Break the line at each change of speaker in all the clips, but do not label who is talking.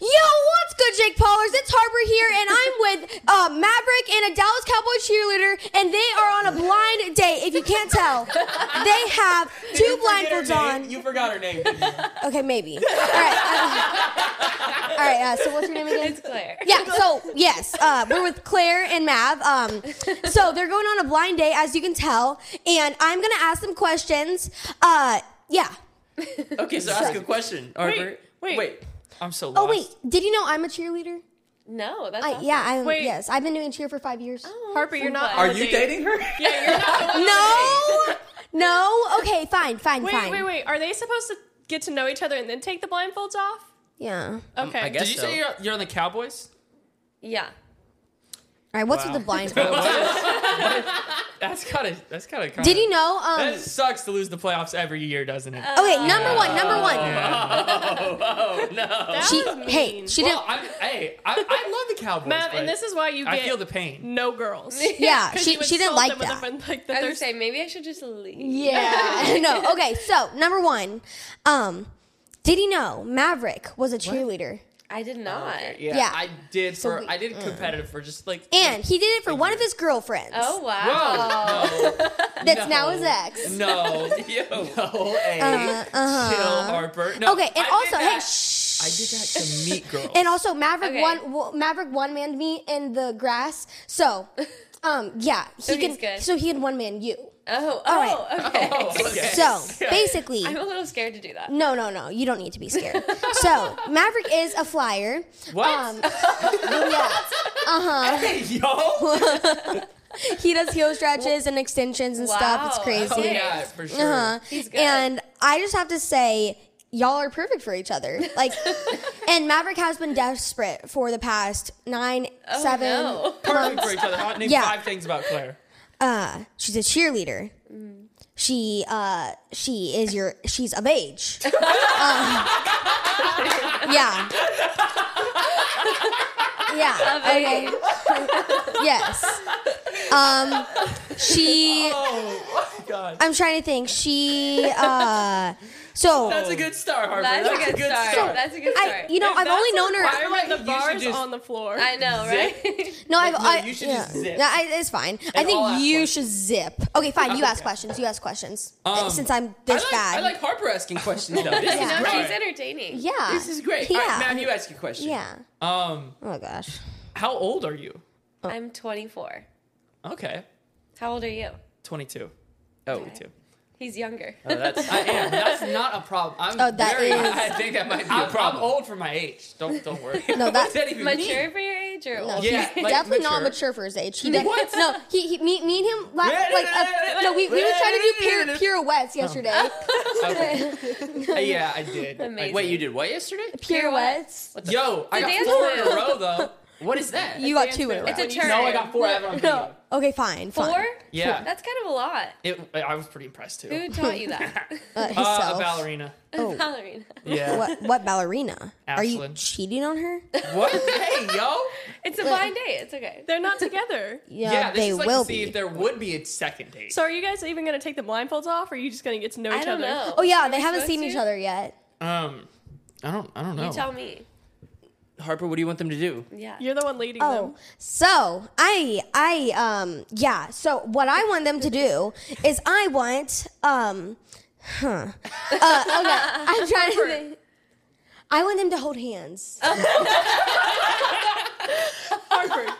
Yo, what's good, Jake Paulers? It's Harper here, and I'm with uh, Maverick and a Dallas Cowboy cheerleader, and they are on a blind date. If you can't tell, they have two blindfolds on.
You forgot her name.
Okay, maybe. All right. uh, all right. Uh, so, what's your name again? It's Claire. Yeah. So, yes, uh, we're with Claire and Mav. Um, so they're going on a blind date, as you can tell, and I'm gonna ask them questions. Uh, yeah.
okay, so ask a question, Harper.
wait.
I'm so lost.
Oh wait, did you know I'm a cheerleader?
No, that's
I,
awesome.
yeah, I'm.
Wait.
Yes, I've been doing cheer for five years.
Harper, you're not.
Are
on a
you
date.
dating her?
Yeah, you're not. on a
No, no. Okay, fine, fine,
date.
fine.
Wait, wait, wait. Are they supposed to get to know each other and then take the blindfolds off?
Yeah. All
Um,
Okay.
I guess
Did you
so.
say you're, you're on the Cowboys?
Yeah.
right. What's with the blindfold?
That's kind of that's kind of.
Did you know? Uh,
That
Um.
sucks to lose the playoffs every year, doesn't it?
Okay, number one, number one.
Oh,
That
She,
was mean.
hey, she
well,
didn't.
Oh, I'm, hey, I, I love the Cowboys.
Mav,
but
Um, and this is why you get
I feel the pain.
no girls.
Yeah,
'Cause
she-
you
she didn't
insult
like
them with
that.
a friend- like the
I was gonna
thirst-
say maybe I should just leave.
Yeah. no. Okay. So number one, um, did you know Maverick was a cheerleader?
I did not.
Yeah,
Yeah.
I did for
we- Mm.
I did competitive for just like
And he did it for one of his girlfriends.
Oh wow.
Whoa,
that's now his ex.
no, no, yo, no, hey, chill, Harper.
Uh, uh-huh.
No,
Okay,
I
and
did
also, hey,
that-
shh.
I did that to meet girls.
And also, Maverick
Okay.
one wa- Maverick one manned me in the grass. So, um, yeah, he
So
can.
he's good.
So he had one man you.
Oh,
All
oh, okay.
okay.
So basically,
I'm a little scared to do that.
no, no, no, you don't need to be scared. so Maverick is a flyer.
what?
um, Yeah, Uh-huh.
hey, yo,
he does heel stretches and extensions and stuff. It's
Wow,
crazy.
okay.
yeah, for sure.
Uh-huh.
He's good.
And I just have to say, y'all are perfect for each other. Like, and Maverick has been desperate for the past nine, seven.
Oh, no.
Perfect for each other. I'll Name
Yeah.
five things about Claire.
Uh, she's a cheerleader. She uh, she is your she's of age. um, yeah. Yeah. okay. yes. Um, she.
Oh. God.
I'm trying to think. She. Uh, so.
That's a good start, Harper.
That's, a good start. That's a good
I,
start.
you know, I've only known her.
I
Like,
went the
you should
bars
just-
on the floor.
I know, right?
No, I've.
no,
I,
you should
yeah.
just zip.
No, I, it's fine. I
I'll
think
ask
you
one.
should zip. Okay, fine. You ask questions. You ask questions.
Um,
Since I'm
I
this
like,
bad.
I like Harper asking questions though. This
no,
is great.
she's entertaining.
yeah.
This is great.
Yeah.
All right, Matt, you ask your question.
yeah.
Um,
Oh gosh.
how old are you?
I'm 24.
Okay,
How old are you?
22. Oh, 22.
He's younger.
Oh, That's, I am. That's not a problem. I'm
Oh, that
very,
is-
I think that might be a problem. I'm old for my age. Don't don't worry.
No, that-
What's that even mean?
Mature for your age or
No,
old?
Oh, Yeah,
he's
like,
definitely not
mature.
mature for his age. He did, no, he, he me, me and him la-
Yeah,
like
yeah, yeah,
uh,
yeah,
no, we, we were
yeah,
trying to do
yeah, yeah,
pure,
yeah.
pirouettes yesterday.
Okay. Uh, yeah, I did.
Amazing.
Wait, you did what yesterday?
pirouettes.
Yo, I got
dance
four in a
move.
row though. What is that?
You got two in a row.
It's a turn.
no, I got four. I have it on video.
okay, fine. fine.
Four?
Yeah.
That's kind of a lot.
It, I was pretty impressed too.
Who taught you that?
Uh,
Uh,
himself.
a ballerina.
Oh.
Ballerina.
Yeah.
What what ballerina? Are you
Ashlyn.
cheating on her?
What? Hey, yo.
It's a blind date. It's okay.
They're not together.
Yeah,
yeah, this
they
is like
will
to see
be.
if there would be a second date.
So are you guys even gonna take the blindfolds off, or are you just gonna get to know each
I don't
other?
know.
oh yeah, they
we
haven't
supposed
seen
to?
each other yet.
um, I don't, I don't know.
You tell me.
Harper, what do you want them to do?
Yeah.
You're the one leading
Oh,
them.
so I I um yeah. So what I want them to do is I want um huh uh, okay. I'm trying to. Think. I want them to hold hands.
Harper,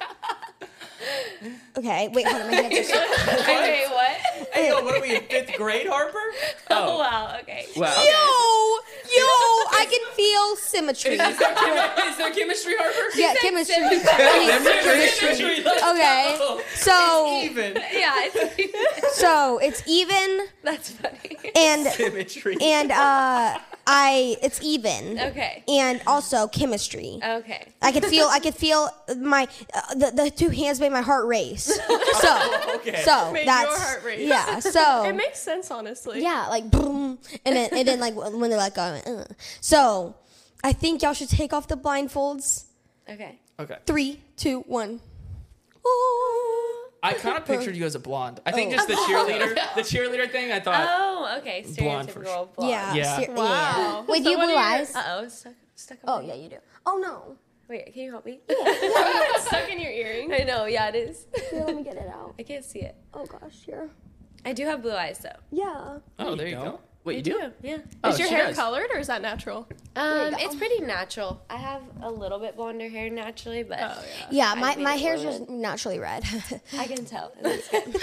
Okay, wait, hold on, my hands are so-
Wait, wait, what?
Hey, yo, what are we in fifth grade, Harper?
Oh, wow. Okay.
Wow.
Yo, yo, I can feel symmetry.
Is there, chemi- is there chemistry, Harper?
Yeah, chemistry. I mean, chemistry.
Let's
Okay,
go.
so
Even
Yeah. It's,
so it's even
that's funny.
and
symmetry.
and uh I it's even.
Okay.
And also chemistry.
Okay.
I could feel I could feel my uh, the, the two hands made my heart race. So
okay.
so
Made your
that's
heart race.
yeah. So
It makes sense, honestly.
oh. yeah, like boom, and then and then like when they let go. I went, "Ugh." So I think y'all should take off the blindfolds.
Okay.
Okay.
Three, two, one. Ooh.
I kind of pictured you as a blonde. I think just the cheerleader, the cheerleader thing. I thought
Oh, okay.
Blonde for sure.
Stereotypical blonde.
Yeah.
Yeah.
ser-
Wow.
With
So
you
what
blue
are your-
eyes.
Uh oh. Stuck, stuck
oh
on
yeah, you do. Oh no.
Wait, can you help me?
Stuck in your earring.
I know. Yeah, it is.
Here, let me get it out.
I can't see it.
Oh gosh, here.
I do have blue eyes though.
Yeah.
Oh, there you go. Wait, you do?
Yeah.
Oh,
is your
she
hair
does.
colored or is that natural?
Um,
go.
it's pretty natural. I have a little bit blonder hair naturally, but
Oh,
Yeah, my,
made
my
it
hair's
blue.
just naturally red.
I can tell.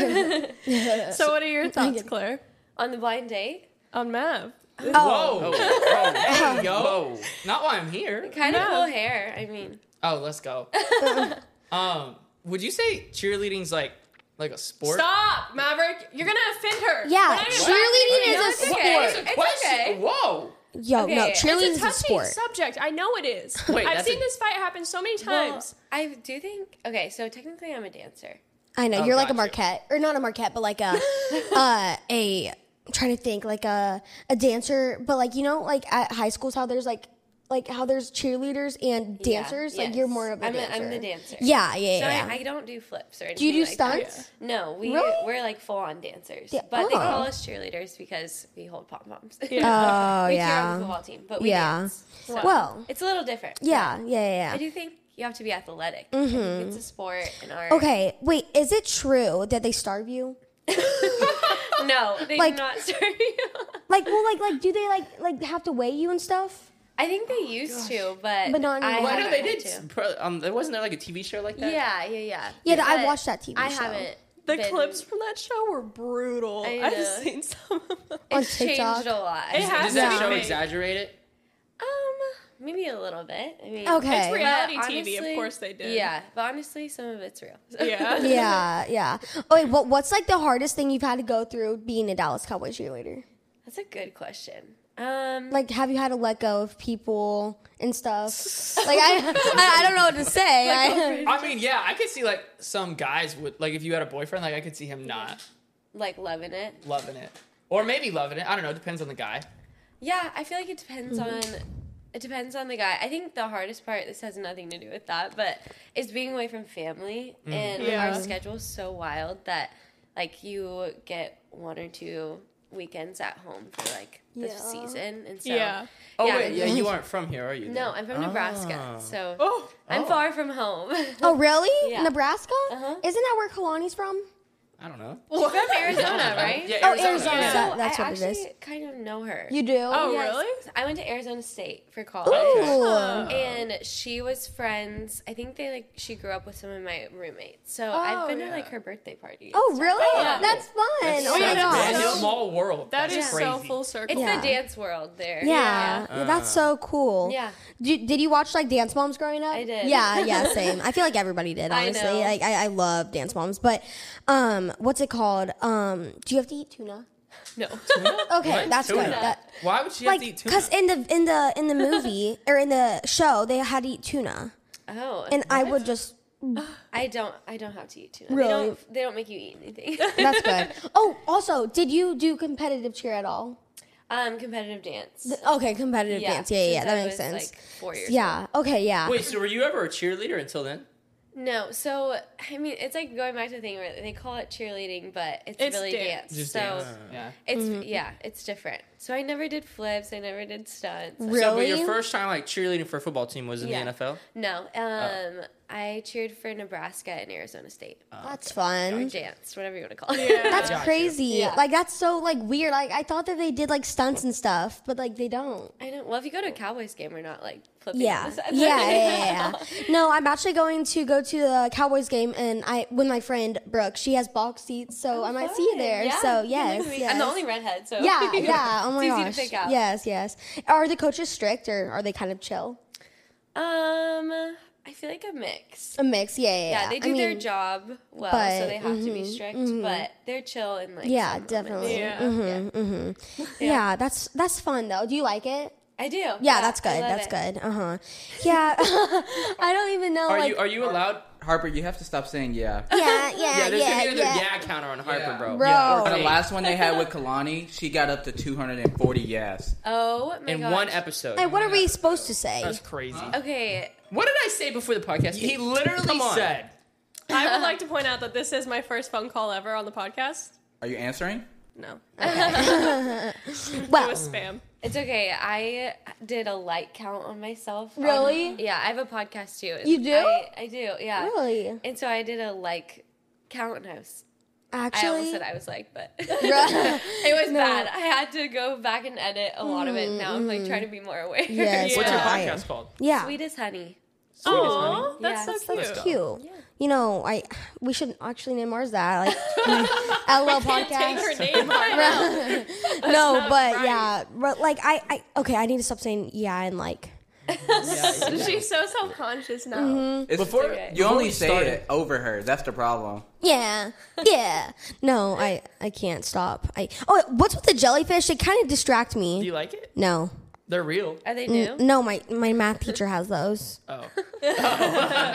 So, what are your thoughts, Claire,
On the blind date,
on Mav?
Whoa. Oh, hey, yo. Not why I'm here.
kind of cool hair. I mean,
Oh, let's go. um, would you say cheerleading's like like a sport?
Stop, Maverick. You're going to offend her.
yeah,
We're not even-
cheerleading
No,
is a
it's
sport.
okay.
That's a
It's
question.
okay.
Whoa.
Yo, no,
Okay, it's a
cheerleading
It's a
is a
touchy
sport.
subject. I know it is.
Wait,
I've
that's
seen
a-
this fight happen so many times.
I do think. Okay, so technically I'm a dancer.
I know
Oh,
you're like a
gotcha.
Marquette, or not a Marquette, but like a uh, a I'm trying to think like a a dancer, but like you know like at high schools how there's like like how there's cheerleaders and
Yeah,
dancers. Like you're
yes.
more of a
I'm
dancer.
a- I'm the dancer.
Yeah, yeah,
So
yeah.
I, I don't do flips or anything.
do you do
like that.
stunts?
No, we
Really?
we're like full on dancers,
Yeah,
but they
oh.
call us cheerleaders because we hold pom poms.
Oh
we cheer on the
yeah.
football team, but we
Yeah.
dance. So
Well.
it's a little different.
yeah, yeah, yeah,
I
yeah.
do think you have to be athletic. I think It's a sport and art.
Okay, wait, is it true that they starve you?
No, they
Like-
do not serve you.
Like, well, like, like, do they like like have to weigh you and stuff?
I think they used to, but
Oh, But not
I
anymore.
Well, I know they did.
haven't had to.
Pro, um, there wasn't there like a TV show like that?
Yeah, yeah, yeah.
Yeah, th- I
But
watched that TV
I
show.
haven't.
The
been-
clips from that show were brutal.
I
I've
know.
seen some of them.
On
It's changed a lot.
It has
Does that
Yeah.
show
Right.
exaggerate it?
Um, maybe a little bit. I mean,
Okay.
It's
but
reality TV,
honestly-
of course they did.
Yeah, but honestly, some of it's real.
Yeah.
yeah, yeah. Oh, wait, what, what's like the hardest thing you've had to go through being a Dallas Cowboys cheerleader?
That's a good question. Um,
Like, have you had to let go of people and stuff? Like, I, I, I don't know what to say. I,
I mean, yeah, I could see like some guys would like if you had a boyfriend, like I could see him not
like loving it.
loving it, or maybe loving it. I don't know. It depends on the guy.
Yeah, I feel like it depends
Mm-hmm.
on it depends on the guy. I think the hardest part this has nothing to do with that, but is being away from family and
Mm-hmm. Yeah.
our schedule's so wild that like you get one or two weekends at home for like the
Yeah.
season and so
Yeah.
Oh
yeah.
wait, yeah, you aren't from here, are you?
No,
then?
I'm from Nebraska,
Ah.
so
Oh,
I'm
Oh.
far from home.
oh, really?
Yeah.
Nebraska?
Uh-huh.
Isn't that where Kalani's from?
I don't know.
She's from Arizona, right?
Yeah,
Oh,
Arizona.
Arizona.
yeah.
That-
So
that's
I
what it is.
actually kind of know her.
You do?
Oh,
Yes.
really?
I went to Arizona State for
Ooh.
college.
Oh.
and she was friends. I think they like she grew up with some of my roommates. So
Oh,
I've been
yeah.
to like her birthday party.
Oh, really?
Yeah.
That's fun. oh, my
Such
gosh.
a
Yeah.
gosh.
small world.
that is
That's crazy.
so full circle.
It's
Yeah.
the dance world there.
Yeah. Yeah, that's so cool.
Yeah.
Did, did you watch like Dance Moms growing up?
I did.
Yeah, yeah, same. I feel like everybody did,
I
honestly.
know.
Like I, I love Dance Moms, but um, what's it called? Um, do you have to eat tuna?
No.
Okay, that's
Tuna.
good. That,
Why would she have to
like
eat tuna?
because in the in the in the movie or in the show they had to eat tuna
Oh.
and i would just
I don't I don't have to eat tuna.
Really?
They don't they don't make you eat anything.
that's good oh also did you do competitive cheer at all
um competitive dance.
okay competitive dance yeah yeah, yeah
since
that
I
makes
was,
sense
Like four years.
yeah okay yeah
Wait, so were you ever a cheerleader until then?
No, so I mean it's like going back to the thing where they call it cheerleading, but it's,
It's
really
dance.
dance.
Just
so
uh,
dance. Yeah.
it's
Mm-hmm.
yeah, it's different. So I never did flips, I never did stunts.
really
So, but your first time like cheerleading for a football team was in
Yeah.
the NFL.
No, um,
Oh.
I cheered for Nebraska and Arizona State.
that's fun
Or dance, whatever you want to call it.
that's
Gotcha.
crazy
Yeah.
like that's so like weird like i thought that they did like stunts and stuff but like they don't
I know. Well, if you go to a Cowboys game, we're not like flipping.
Yeah.
on the sides.
yeah, yeah, yeah, yeah. No, I'm actually going to go to the Cowboys game, and I with my friend Brooke. She has box seats, so I might see you there.
Oh, Yeah.
So
You can
yes,
look at me.
yes.
I'm the only redhead, so
yeah, yeah. Oh my
it's easy
gosh.
to pick out.
Yes, yes. Are the coaches strict or are they kind of chill?
Um, I feel like a mix.
A mix, yeah, yeah.
Yeah, they do
I
their
mean,
job well, so
but- mm-hmm,
they have to be strict, but they're chill and like.
Yeah,
some moments.
definitely.
Yeah.
hmm hmm Yeah. that's that's fun though. Do you like it?
I do.
Yeah, that's good.
I love
That's
it.
good. Uh huh. Yeah, I don't even know.
Are
Oh, like, uh,
you are you allowed?
Harper, you have to stop saying yeah.
yeah, yeah,
Yeah, there's
yeah,
gonna be
yeah,
another yeah. counter on Harper,
Yeah.
bro.
Bro.
Yeah,
Or
or
the
The
fake.
last one they had with Kalani, she got up to 240 yes.
Oh my
in
gosh.
one episode.
Hey, what are we supposed to say?
That's crazy.
Okay.
What did I say before the podcast? He literally
Come on.
said,
I would like to point out that this is my first phone call ever on the podcast.
Are you answering?
No, it
well,
was spam.
It's okay. I did a like count on myself. on-
Really?
yeah, I have a podcast too.
You do?
I, I do, yeah.
Really?
And so I did a like count and I was I almost
actually,
said I was like, but
Right.
it was bad. I had to go back and edit a lot of it. Now I'm like trying to be more aware.
Mm-hmm. yes,
"What's your
right.
podcast called?"
Yeah,
Sweet as honey.
Oh, that's
Yeah,
so cute.
cute. You know, I we should actually name ours that like LL
Take
podcast.
her name out.
No, but yeah, but like I, I okay, I need to stop saying yeah and like.
She's so self conscious now.
It's, before you
before
only
we
say
started-
it over her. That's the problem.
Yeah, yeah. No, I I can't stop. I oh, what's with the jellyfish? They kind of distract
Do
me.
you like it?
No,
They're real.
Are they new?
no. My my math teacher has those, Oh.
Oh,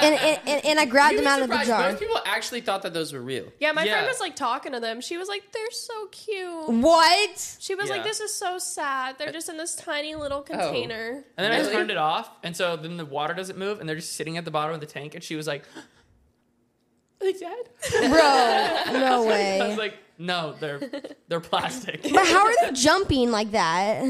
and and, and, and I grabbed
You'd
them
be
out of the
surprised.
jar.
Most people actually thought that those were real.
Yeah, my friend was like talking to them. She was like, "They're so cute."
What?
She was
Yeah.
like, "This is so sad. They're just in this tiny little container."
and then I turned it off, and so then the water doesn't move, and they're just sitting at the bottom of the tank, and she was like, "Are they dead?"
Bro, no
I was
way.
like, "No, they're they're plastic.
But how are they jumping like that?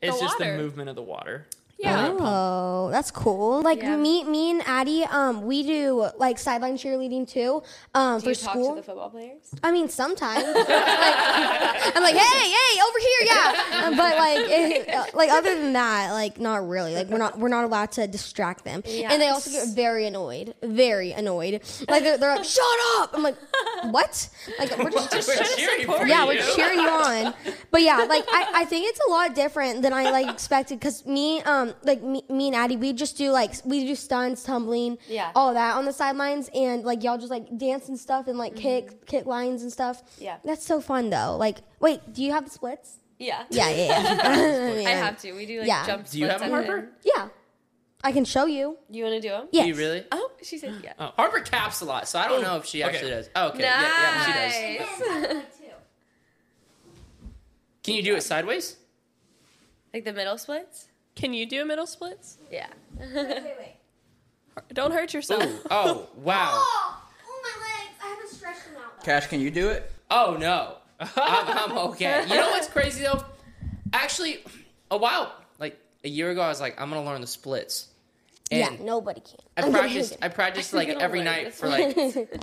it's just the
water.
movement of the water."
Yeah.
Oh, that's cool. Like
Yeah.
me, me and Addie, um, we do like sideline cheerleading too. Um,
Do
for
you talk
school.
to the football players?
I mean, sometimes like, I'm like, hey, hey, over here, yeah. Um, But like, it, like other than that, like not really. Like we're not we're not allowed to distract them, and they also get very annoyed, very annoyed. Like they're, they're like, shut up. I'm like, what? Like we're just, just
We're cheering for
yeah,
you.
we're cheering you on. But yeah, like I, I think it's a lot different than I like expected because me, um, like me, me and Addie, we just do like we do stunts, tumbling,
Yeah.
all that on the sidelines, and like y'all just like dance and stuff and like kick kick lines and stuff.
Mm-hmm. Yeah.
that's so fun though. Like, wait, do you have the splits?
Yeah.
Yeah, yeah, yeah.
I have to. We do like
Yeah.
jump
Do you have
splits
them,
and then-
Harper?
yeah. I can show you.
You want to do them?
Yes.
You really?
Oh, she said yeah.
Oh, Harper caps a lot, so I don't know if she
Okay.
actually does. Oh, okay, yeah, yeah, she does.
nice.
Can you do it sideways?
Like the middle splits?
Can you do middle splits?
Yeah.
Don't hurt yourself.
Ooh, oh, wow.
Cash, can you do it?
Oh no, I'm, I'm okay. You know what's crazy though? Actually, a while, like a year ago, I was like, I'm gonna learn the splits.
Yeah,
And
nobody can.
I
I'm gonna
practiced.
hate
I practiced like
gonna
every
learn
night
the
for like.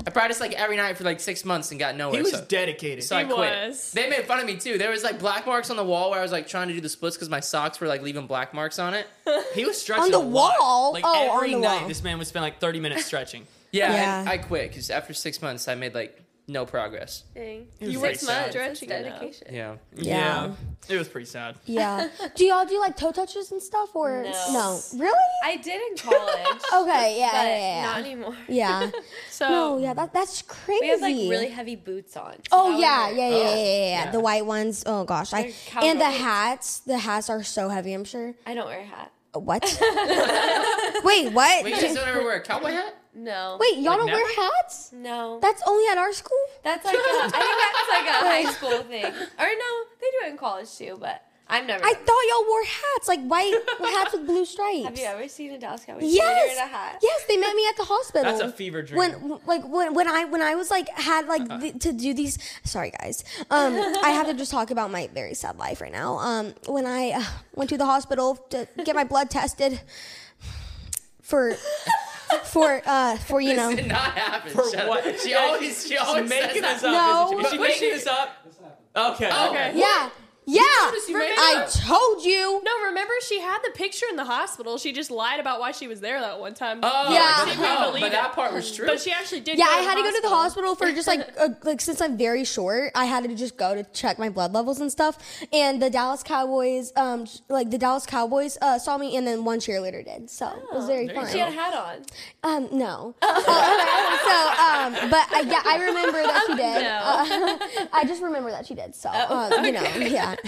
I practiced like every night for like six months and got nowhere.
He was
so,
dedicated.
so I
He
quit.
was.
They made fun of me too. There was like black marks on the wall where I was like trying to do the splits because my socks were like leaving black marks on it.
he was stretching
On the
a lot.
wall?
Like,
Oh, on
every
the
night,
wall.
this man would spend like 30 minutes stretching.
Yeah, and
Yeah.
I quit because after six months, I made like no progress.
Dang.
you were
very
smart.
That's
sad.
Stretching enough.
dedication.
Yeah,
Yeah.
It was pretty sad.
Yeah. do y'all do like toe touches and stuff or
No.
no. Really?
I did in college,
Okay, yeah,
but
yeah, yeah.
not anymore.
yeah.
So
No, yeah, that, that's crazy.
We had like really heavy boots on. so that
Oh
was
yeah,
weird.
yeah, yeah, yeah, yeah, yeah.
yeah.
The white ones. Oh gosh, I
They're cowgirl
and the
boots.
hats. The hats are so heavy. I'm sure.
I don't wear a hat.
What? Wait, what?
Wait, you just don't ever wear a cowboy hat?
No.
Wait, y'all don't
now?
wear hats?
No.
That's only at our school.
That's like a, I think that's like a high school thing. Or no, they do it in college too, but I've never.
I
done
thought y'all wore hats, like white hats with blue stripes.
it. Have you ever seen a Dallas Cowboys cheerleader
Yes.
in a hat?
Yes, they met me at the hospital.
That's a fever dream. Uh-uh.
When like when when I when I was like had like the, to do these. Sorry guys, um, I have to just talk about my very sad life right now. Um, when I uh, went to the hospital to get my blood tested for for uh for you know.
This did not happen. For
what?
She always she always
Making
says
this
that.
up.
No.
isn't she? Is she
But- Oh,
making this up? Okay.
Okay.
Yeah. Yeah,
noticed you made
I
up.
told you.
No, remember she had the picture in the hospital. She just lied about why she was there that one time.
Oh,
Yeah.
yeah.
She
couldn't
Oh,
believe
but
it.
that part was true.
But she actually did.
Yeah, I had to go to the hospital for just like a, like since I'm very short, I had to just go to check my blood levels and stuff. And the Dallas Cowboys, um, like the Dallas Cowboys, uh, saw me, and then one cheerleader did, so it
Oh.
was very fun.
She had a hat on.
Um, no. Uh, okay, So, um, but I, yeah, I remember that she did. Uh, I just remember that she did. So,
Oh,
uh, you know, yeah,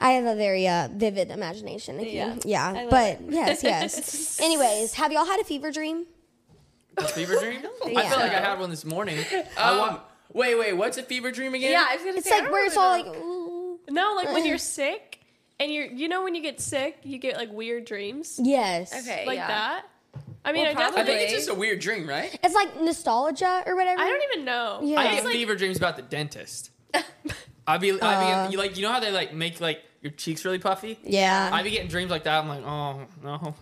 I have a very uh, vivid imagination. Nikki.
Yeah. I
yeah.
love
But yes, yes. Anyways, have y'all had a fever dream?
A fever dream? I
Yeah.
feel like I had one this morning.
Um, wait, wait, what's a fever dream again?
Yeah, I was gonna
It's
say. I
like
don't
where it's
really
all
know.
like. ooh.
No, like
Mm.
when you're sick and you're, you know, when you get sick, you get like weird dreams
Yes.
Okay.
like
yeah.
that. I mean,
Well,
I definitely.
I think it's
Really?
just a weird dream, right?
It's like nostalgia or whatever.
I don't even know.
Yeah.
I
I
just
get
like
fever dreams about the dentist. I'd be, I'd
Uh.
be you like, you know how they like make like your cheeks really puffy?
Yeah.
I'd be getting dreams like that. I'm like, oh no.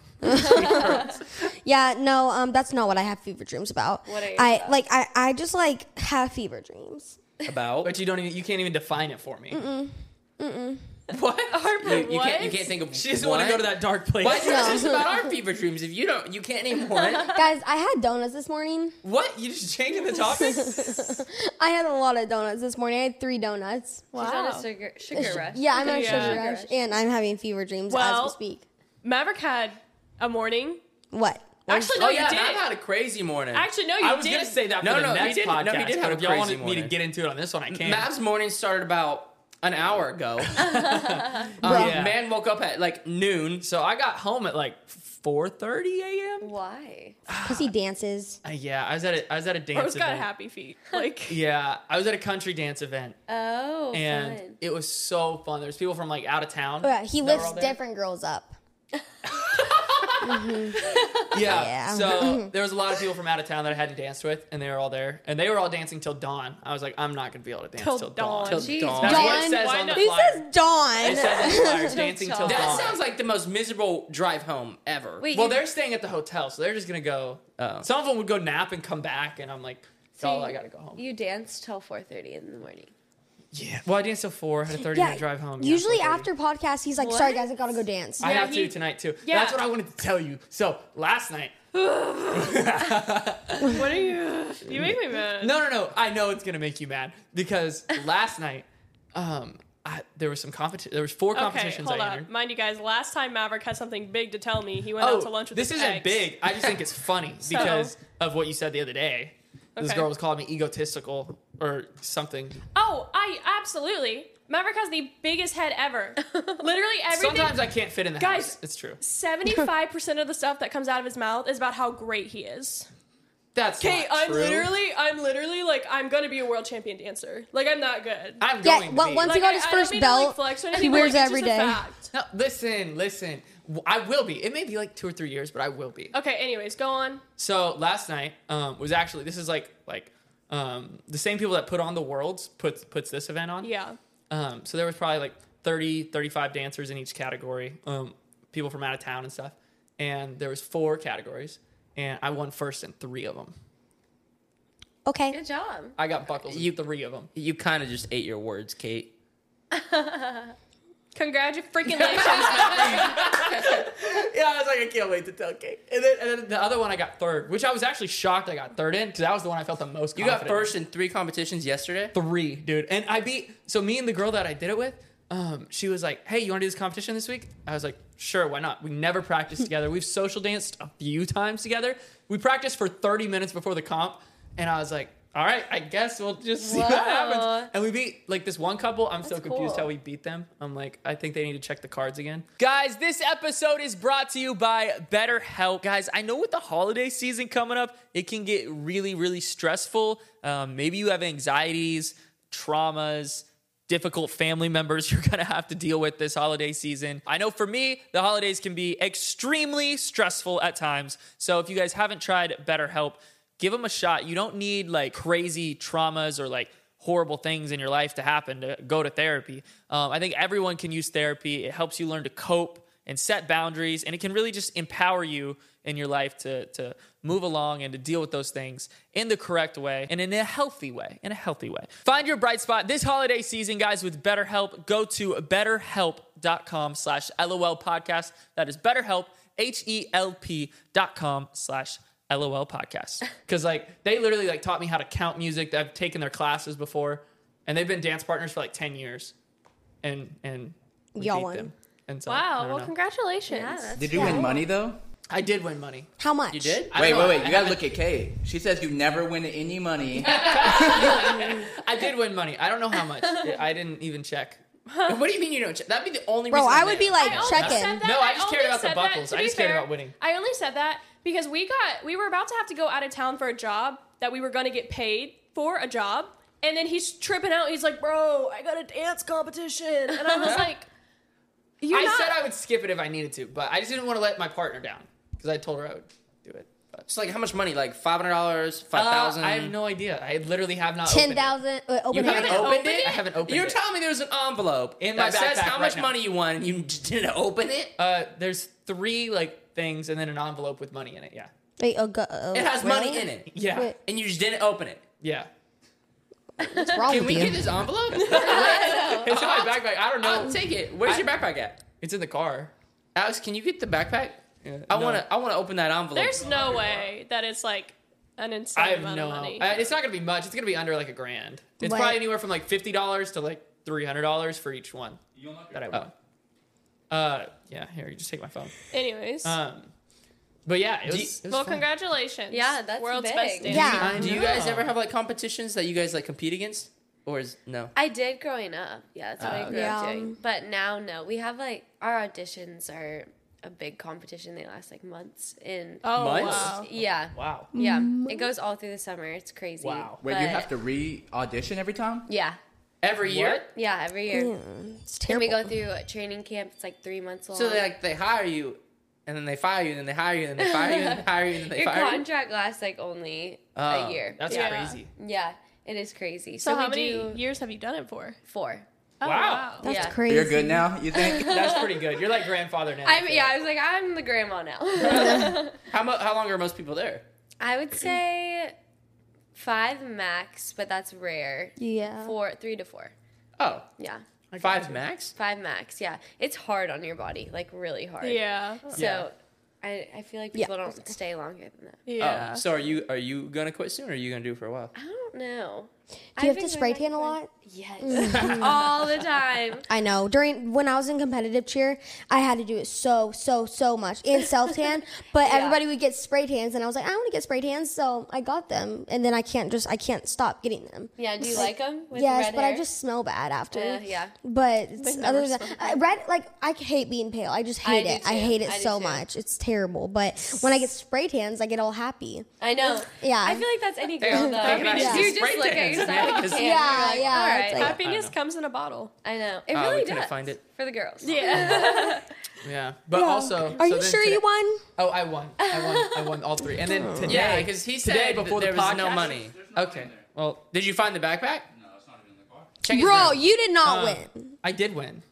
Yeah, no, um, that's not what I have fever dreams about.
What are yours
I
about?
like I, I just like have fever dreams.
About
But you don't even, you can't even define it for me.
what? You, you
what?
can't. You can't think of.
She doesn't
one.
want to go to that dark place.
What?
No.
It's just about our fever dreams. If you don't, you can't name one.
Guys, I had donuts this morning.
What? You just changing the topic?
I had a lot of donuts this morning. I had three donuts.
She's
Wow.
on a sugar, sugar rush.
Yeah, I'm on a
Yeah.
sugar
Sugar
rush,
rush.
and I'm having fever dreams as we
Well-
speak.
Maverick had a morning.
What?
Actually, no,
oh yeah,
you
I've
did.
had a crazy morning.
Actually, no, you
I was
did.
gonna say that for
No,
the
no, he
next
didn't.
podcast.
No, he did have
but
a
if y'all
crazy
want me to
morning.
get into it on this one, I can.
Mav's morning started about an hour ago. Um,
Bruh.
yeah.
Man woke up at like noon.
So I got home at like 4:30 a.m.
Why?
Cause he dances.
Uh, yeah, I was at a, I was at a dance
Bro's got
event.
happy feet. Like,
Yeah, I was at a country dance event
Oh,
and
fun.
it was so fun. There's people from like out of town.
Oh, yeah, he
that were
lifts
all there.
different girls up.
Yeah.
Yeah.
So there was a lot of people from out of town that I hadn't danced with, and they were all there, and they were all dancing till dawn. I was like, I'm not gonna be able to dance
Till
till,
dawn.
dawn.
Till
Jeez.
dawn.
That's what
Dawn?
it says
Why
on the
not?
He
flyer.
says dawn.
It says on the flyers, dancing till
dawn.
dawn.
That sounds like the most miserable drive home ever.
Wait,
well,
you-
they're staying at the hotel, so they're just gonna go.
Oh.
Some of them would go nap and come back, and I'm like, y'all,
you-
I gotta go home.
You danced till four thirty in the morning.
yeah. Well, I danced till four. Had a 30 minute drive home. yeah,
Usually
4:30.
after podcast, he's like, "Sorry guys, I gotta go dance."
I
Yeah,
have
he-
to tonight too.
Yeah.
That's what I wanted to tell you. So last night,
what are you? You make me mad.
no, no, no. I know it's gonna make you mad because last night, um, I, there was some competition. There was four
Okay,
competitions
hold
I
up.
entered.
Mind you guys, last time Maverick had something big to tell me, he went
Oh,
out to lunch with
this
his
isn't
ex.
big. I just think it's funny because of what you said the other day. This
Okay.
girl was calling me egotistical or something.
Oh, I absolutely. Maverick has the biggest head ever. Literally everything.
Sometimes I can't fit in the
Guys,
house. It's true.
Seventy-five percent of the stuff that comes out of his mouth is about how great he is.
That's
Okay,
not
I'm
true.
literally, I'm literally like, I'm gonna be a world champion dancer. Like, I'm not good.
I'm
Yeah,
going
well,
to be.
once- He got
Like, I-
his
I don't
first
mean to, like,
belt.
flex or
He
anything,
wears
like,
it
it's
every
just a
day.
fact.
No, listen, listen. W- I will be. It may be like two or three years, but I will be.
Okay. Anyways, go on.
So last night um, was actually this is like like um, the same people that put on the worlds puts puts this event on.
Yeah.
Um, so there was probably like 30, 35 dancers in each category, um, people from out of town and stuff. And there was four categories, and I won first in three of them.
Okay.
Good job.
I got buckles in three of them.
You kind of just ate your words, Kate.
Congratulations.
Yeah, I was like, I can't wait to tell Kate. And then, and then the other one I got third, which I was actually shocked I got third in because that was the one I felt the most.
You got
confident in.
first in three competitions yesterday.
three, dude. And I beat. So me and the girl that I did it with, um, she was like, "Hey, you want to do this competition this week?" I was like, "Sure, why not?" We never practiced together. We've social danced a few times together. We practiced for thirty minutes before the comp, and I was like, "All right, I guess we'll just see what happens." And we beat like this one couple. I'm so confused
cool.
how we beat them. I'm like, I think they need to check the cards again. Guys, this episode is brought to you by BetterHelp. Guys, I know with the holiday season coming up, it can get really, really stressful. Um, maybe you have anxieties, traumas, difficult family members you're going to have to deal with this holiday season. I know for me, the holidays can be extremely stressful at times. So if you guys haven't tried BetterHelp, give them a shot. You don't need like crazy traumas or like horrible things in your life to happen to go to therapy. Um, I think everyone can use therapy. It helps you learn to cope. and set boundaries, and it can really just empower you in your life to to move along and to deal with those things in the correct way and in a healthy way. In a healthy way. Find your bright spot this holiday season, guys, with BetterHelp. Go to betterhelp.com slash LOL podcast. That is BetterHelp, H E L P dot com slash LOL podcast. Because like they literally like taught me how to count music. I've taken their classes before, and they've been dance partners for like ten years, and and we
Y'all
beat
won.
them. And so, I
Wow.
don't
Well,
know.
congratulations.
Did you win money though?
I did win money.
How much?
You did?
I
Wait, wait,
don't know.
wait.
I
You gotta look at Kate. She says you never win any money.
I did win money. I don't know how much. I didn't even check.
what do you mean you don't? Check? That'd be the only
Bro,
reason.
I
I'm
would
there.
be like
I only said
checking.
that-
No, I just
only
cared about the
said that
buckles.
to
I
be
just cared about winning.
I only said that because we got we were about to have to go out of town for a job that we were going to get paid for a job, and then he's tripping out. He's like, "Bro, I got a dance competition," and I was like, "You're
I
not."
said I would skip it if I needed to, but I just didn't want to let my partner down because I told her I would do it. But
It's like how much money? Like five hundred dollars, five
uh,
thousand.
I have no idea. I literally have not
Ten
opened it.
thousand. Uh,
You
open
haven't
hand.
opened,
opened
it?
it?
I haven't opened
You're
it.
telling me there's an envelope
In my
that says
backpack
how
right
much
now.
money you won. and You didn't open it.
uh, there's three like things and then an envelope with money in it. Yeah.
Wait, oh, go, oh,
It has money
really?
in it,
Yeah.
Wait.
and you just didn't open it.
Yeah.
What's wrong
Can
with
we
you?
get this envelope?
It's in my backpack. I don't know.
I'll take it. Where's your backpack at?
it's in the car.
Alex, can you get the backpack? I
no.
want to. I want to open that envelope.
There's no way that it's like an insane
I have
amount
no.
of money.
I, it's not gonna be much. It's gonna be under like a grand. It's
What?
probably anywhere from like fifty dollars to like three hundred dollars for each one that I won. Uh, yeah. Here, you just take my phone.
Anyways,
Um, but yeah, it was. it was
well,
fun.
congratulations.
Yeah, that's
world's
big.
best dance.
Yeah.
I
Do you guys
know.
ever have like competitions that you guys like compete against, or is no?
I did growing up. Yeah, that's what I grew up
Yeah.
doing. But now, no. We have like our auditions are a big competition. They last like months. In
Oh
Months?
wow.
yeah,
Wow.
yeah,
Mm-hmm.
it goes all through the summer. It's crazy.
Wow.
Wait, you
But-
have to re audition every time?
Yeah,
Every year.
yeah, every year.
It's
And we
terrible.
go through a training camp. It's like three months long.
So they like they hire you, and then they fire you, and then they hire you, and then they fire you, and then they hire you, and then they
your
fire you.
contract lasts like only
Oh,
a year.
That's
Yeah.
crazy.
yeah, it is crazy.
So,
we
how many
do
years have you done it for?
four?
Oh,
Wow.
That's
yeah.
crazy.
You're good now, you think?
That's pretty good. You're like grandfather now.
I'm, yeah, I was like, I'm the grandma now.
How mo- how long are most people there?
I would say five max, but that's rare.
Yeah.
Four, three to four.
Oh,
Yeah,
five max.
five max. Yeah, it's hard on your body, like really hard.
Yeah.
Oh.
So I, I feel like
Yeah.
people don't stay longer than that.
Yeah.
Oh, so are you are you gonna quit soon, or are you gonna do it for a while?
I don't know. Do
you have to spray tan a lot?
Yes, all the time.
I know. During when I was in competitive cheer, I had to do it so so so much and self tan. But everybody would get spray tans, and I was like, I want to get spray tans, so I got them. And then I can't just I can't stop getting them.
Yeah, do you like them? With
yes,
red
but I
hair?
just smell bad after.
Uh, yeah.
But it's-
never
other than
smell
uh, red, like I hate being pale. I just
I
hate
do
it. I
too.
hate it
I do
so
too.
much. It's terrible. But when I get spray tans, I get all happy.
I know.
Yeah.
I feel like that's any girl though.
I mean,
You
it's
just
spray
look at
tans,
yourself.
man, 'cause-
and you're
Yeah,
like,
yeah.
all
it's like-
right.
Happiness comes in a bottle.
I know. It
Oh, we
really
couldn't
does.
find it.
for the girls.
Yeah.
Yeah. But also,
are
so
you
then
sure
today-
you won?
Oh, I won. I won. I won all three. And then today,
Yeah, because he said
today before
there
the
was
podcast,
no money.
Okay. Well,
Did you find the backpack? No, it's not even in the car.
Bro, you did not
uh,
win.
I did win.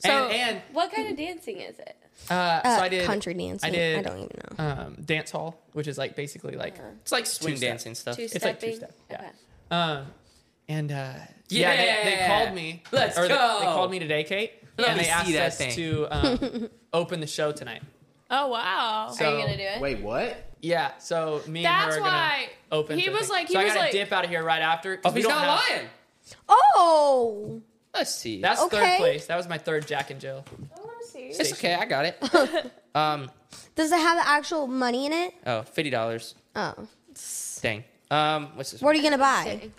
So-
and,
What kind of dancing is it?
and uh,
Uh,
so I did
country dancing. I,
did-
don't even know.
um, dance hall, which is like basically like
It's like swing
Two-step.
dancing stuff.
Two
it's like two
stepping.
step. Yeah.
Okay.
Um, and uh, yeah, they, they
Yeah.
called me.
Let's
or they, they
go.
called me today, Kate,
Let
and
me
they asked
see that
us
thing.
to um, open the show tonight.
Oh wow.
So,
Are you gonna do it?
Wait, what?
Yeah, so me and
That's
her are
why
gonna open.
he
the
was
thing.
like-
so
he
I
was
gotta
like-
dip out of here right after. 'cause
Oh,
we
he's
don't
not
have-
lying.
Oh,
Let's see.
That's
Okay.
third place. That was my third Jack and Jill.
it's okay. I got it. um,
does it have actual money in it?
oh, fifty dollars.
Oh,
Dang. Um, what's this?
what are you gonna buy?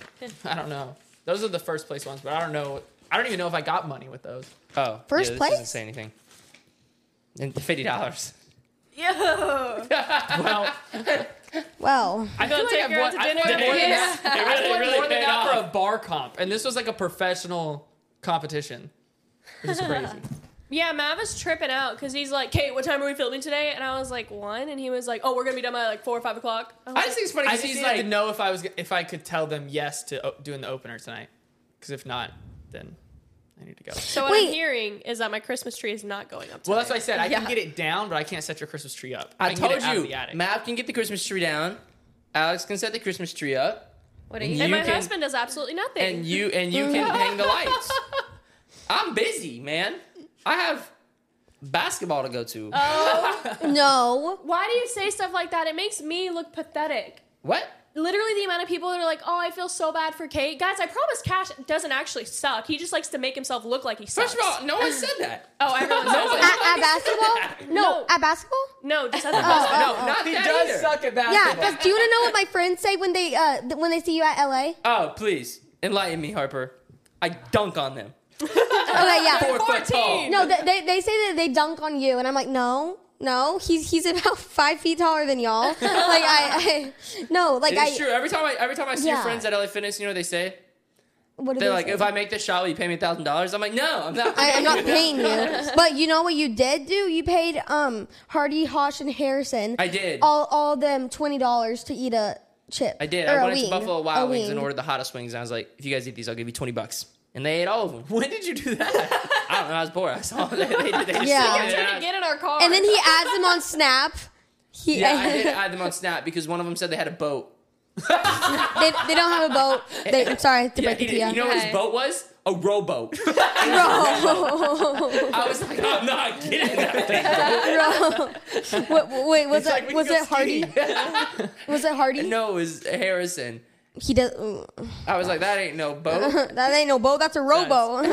I don't know. Those are the first place ones, but I don't know. I don't even know if I got money with those.
Oh,
First
yeah, this Doesn't
place?
say anything. And fifty dollars.
Yo.
Well,
Well,
I feel
Go
like
take
I've
her
won-
out to
I've
dinner
won
and
more than
kiss.
that. I've won more than that for a bar comp, and this was like a professional competition. Which is crazy.
Yeah, Mav is tripping out because he's like, Kate, what time are we filming today? And I was like, one. And he was like, oh, we're going to be done by like four or five o'clock. I was
I
like,
just think it's funny
I
because
just
he's
needed
like,
to know oh, if I was if I could tell them yes to o- doing the opener tonight, because if not, then I need to go.
So what I'm
Wait.
hearing is that my Christmas tree is not going up.
Well,
Well,
that's what I said. I can
Yeah.
get it down, but I can't set your Christmas tree up.
I,
can get
told
it out of
you,
the attic.
Mav can get the Christmas tree down. Alex can set the Christmas tree up,
What are you?
and
you
my
can-
husband does absolutely nothing.
and you and you can hang the lights. I'm busy, man. I have basketball to go to.
No.
Why do you say stuff like that? It makes me look pathetic.
what?
Literally, the amount of people that are like, "Oh, I feel so bad for Kate." Guys, I promise, Cash doesn't actually suck. He just likes to make himself look like he sucks.
First of all, no one said that.
oh, everyone says
one-
that.
At, at basketball? No,
No.
At basketball?
No, just other
Oh,
No, not
he
that
does
either.
suck at
Yeah.
basketball.
'cause do you want to know what my friends say when they uh th- when they see you at LA?
Oh, please enlighten me, Harper. I dunk on them.
Okay.
Four
Yeah.
foot tall.
No. They, they they say that they dunk on you, and I'm like, no. No, he's he's about five feet taller than y'all. Like I, I no, like
It's
I.
true. Every time I every time I see your
Yeah.
friends at LA Fitness, you know what they say?
What do
They're
they
like,
say?
if I make this shot, will you pay me thousand dollars? I'm like, no, I'm not.
I, I'm not paying you. But you know what you did do? You paid um Hardy, Hosh, and Harrison.
I did.
All all them twenty dollars to eat a chip.
I did.
Or
I
a
went into
wing.
Buffalo
A
Wild Wings
wing.
and ordered the hottest wings. And I was like, if you guys eat these, I'll give you 20 bucks. And they ate all of them.
when did you do that?
I don't know. I was bored. I saw they, they, they just
Yeah.
yeah.
I'm
trying to get in our car.
And then he adds them on Snap. He,
yeah, I did add them on Snap because one of them said they had a boat.
they, they don't have a boat. They, I'm sorry to
Yeah,
break it to
you,
you.
you know what his
Okay.
boat was? A rowboat.
Bro.
I was like, I'm not getting that
Bro.
thing.
What, wait, was
It's like we
it was
can go
it Hardy? Was it Hardy?
No, it was Harrison.
He does. mm,
I was like, that ain't no boat.
That ain't no boat. That's a rowboat.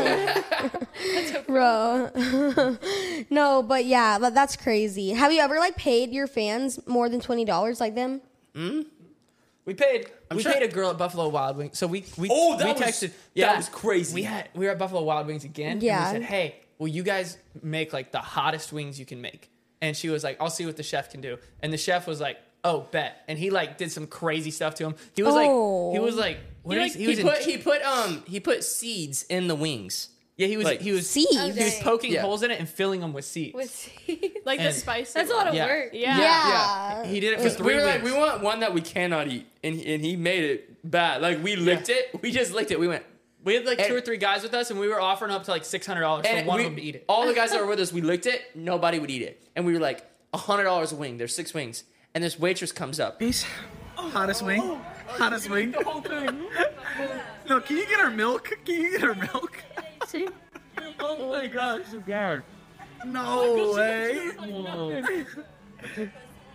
Bro. no, but yeah, but that's crazy. Have you ever like paid your fans more than twenty dollars like them?
We paid. we
sure-
paid a girl at Buffalo Wild Wings. So we we
Oh, that
we
was-
texted.
that was crazy.
We had we were at Buffalo Wild Wings again.
Yeah.
And we said, hey, will you guys make like the hottest wings you can make? And she was like, I'll see what the chef can do. And the chef was like, Oh, bet. And he like did some crazy stuff to him. He was
Oh.
like, he was like, what
He,
is-
like,
he
he,
was in-
put he put um he put seeds in the wings.
yeah he was
like-
he was
Seeds.
he was
dang.
poking
Oh, Yeah.
holes in it and filling them with seeds.
With seeds.
like the
And-
spicy.
That's a lot of
Yeah.
work.
Yeah.
Yeah.
He did it for
Because
three
we were like,
wings.
we want one that we cannot eat, and he, and he made it bad. Like we licked it, we just licked it. We went
We had like
And-
two or three guys with us, and we were offering up to like six hundred dollars for
and
one
we,
of them to eat it.
All the guys that were with us, we licked it. Nobody would eat it, and we were like, hundred dollars a wing. There's six wings, and this waitress comes up.
Hottest wing. Hottest wing. The whole thing. no, can you get her milk? Can you get her milk? oh my gosh, Oh I'm scared. No way.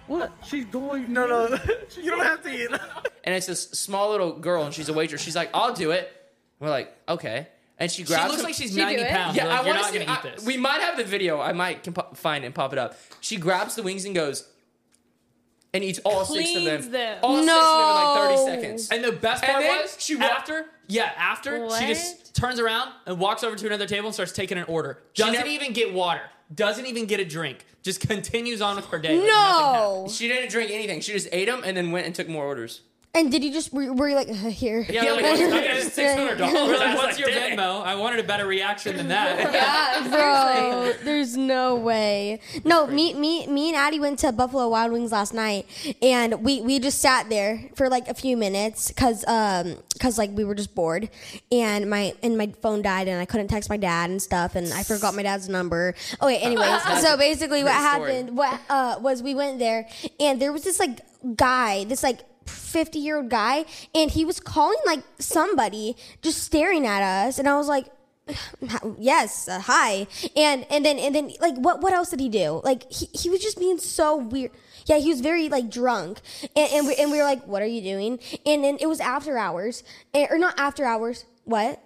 What? She's going. No, no. you don't have to eat.
and it's this small little girl, and she's a waitress. She's like, "I'll do it." And we're like, "Okay." And she
She
grabs.
looks
some-
like she's
do
ninety
it?
pounds.
Yeah,
We're like,
I
you're
want
not
to.
gonna eat
I-
this.
We might have the video. I might can po- find it and pop it up. She grabs the wings and goes, and eats all six of
Cleans
them.
them.
All six
No.
of them in like thirty seconds.
And the best
And
part
then
was
she
af-
walked her-
Yeah, after she just turns around and walks over to another table and starts taking an order. Doesn't
never-
even get water. Doesn't even get a drink. Just continues on with her day. like nothing happened.
No.
she didn't drink anything. She just ate them and then went and took more orders.
And did you just were, were you like "Uh, here?
Yeah,
Yeah,
like,
like,
what's-
okay, it's $600.
we're
I
like,
was
what's
like,
your
"Dang."
Venmo? I wanted a better reaction than that.
Bro, there's no way. No, me, me, me, and Addie went to Buffalo Wild Wings last night, and we we just sat there for like a few minutes because um because like we were just bored, and my and my phone died, and I couldn't text my dad and stuff, and I forgot my dad's number. Okay, anyways, so basically what
Great story.
happened what uh was we went there, and there was this like guy, this like. 50 year old guy, and he was calling like somebody just staring at us. And I was like, yes uh, hi and and then and then like what what else did he do like he, he was just being so weird yeah he was very like drunk and and we, and we were like what are you doing and then it was after hours and, or not after hours what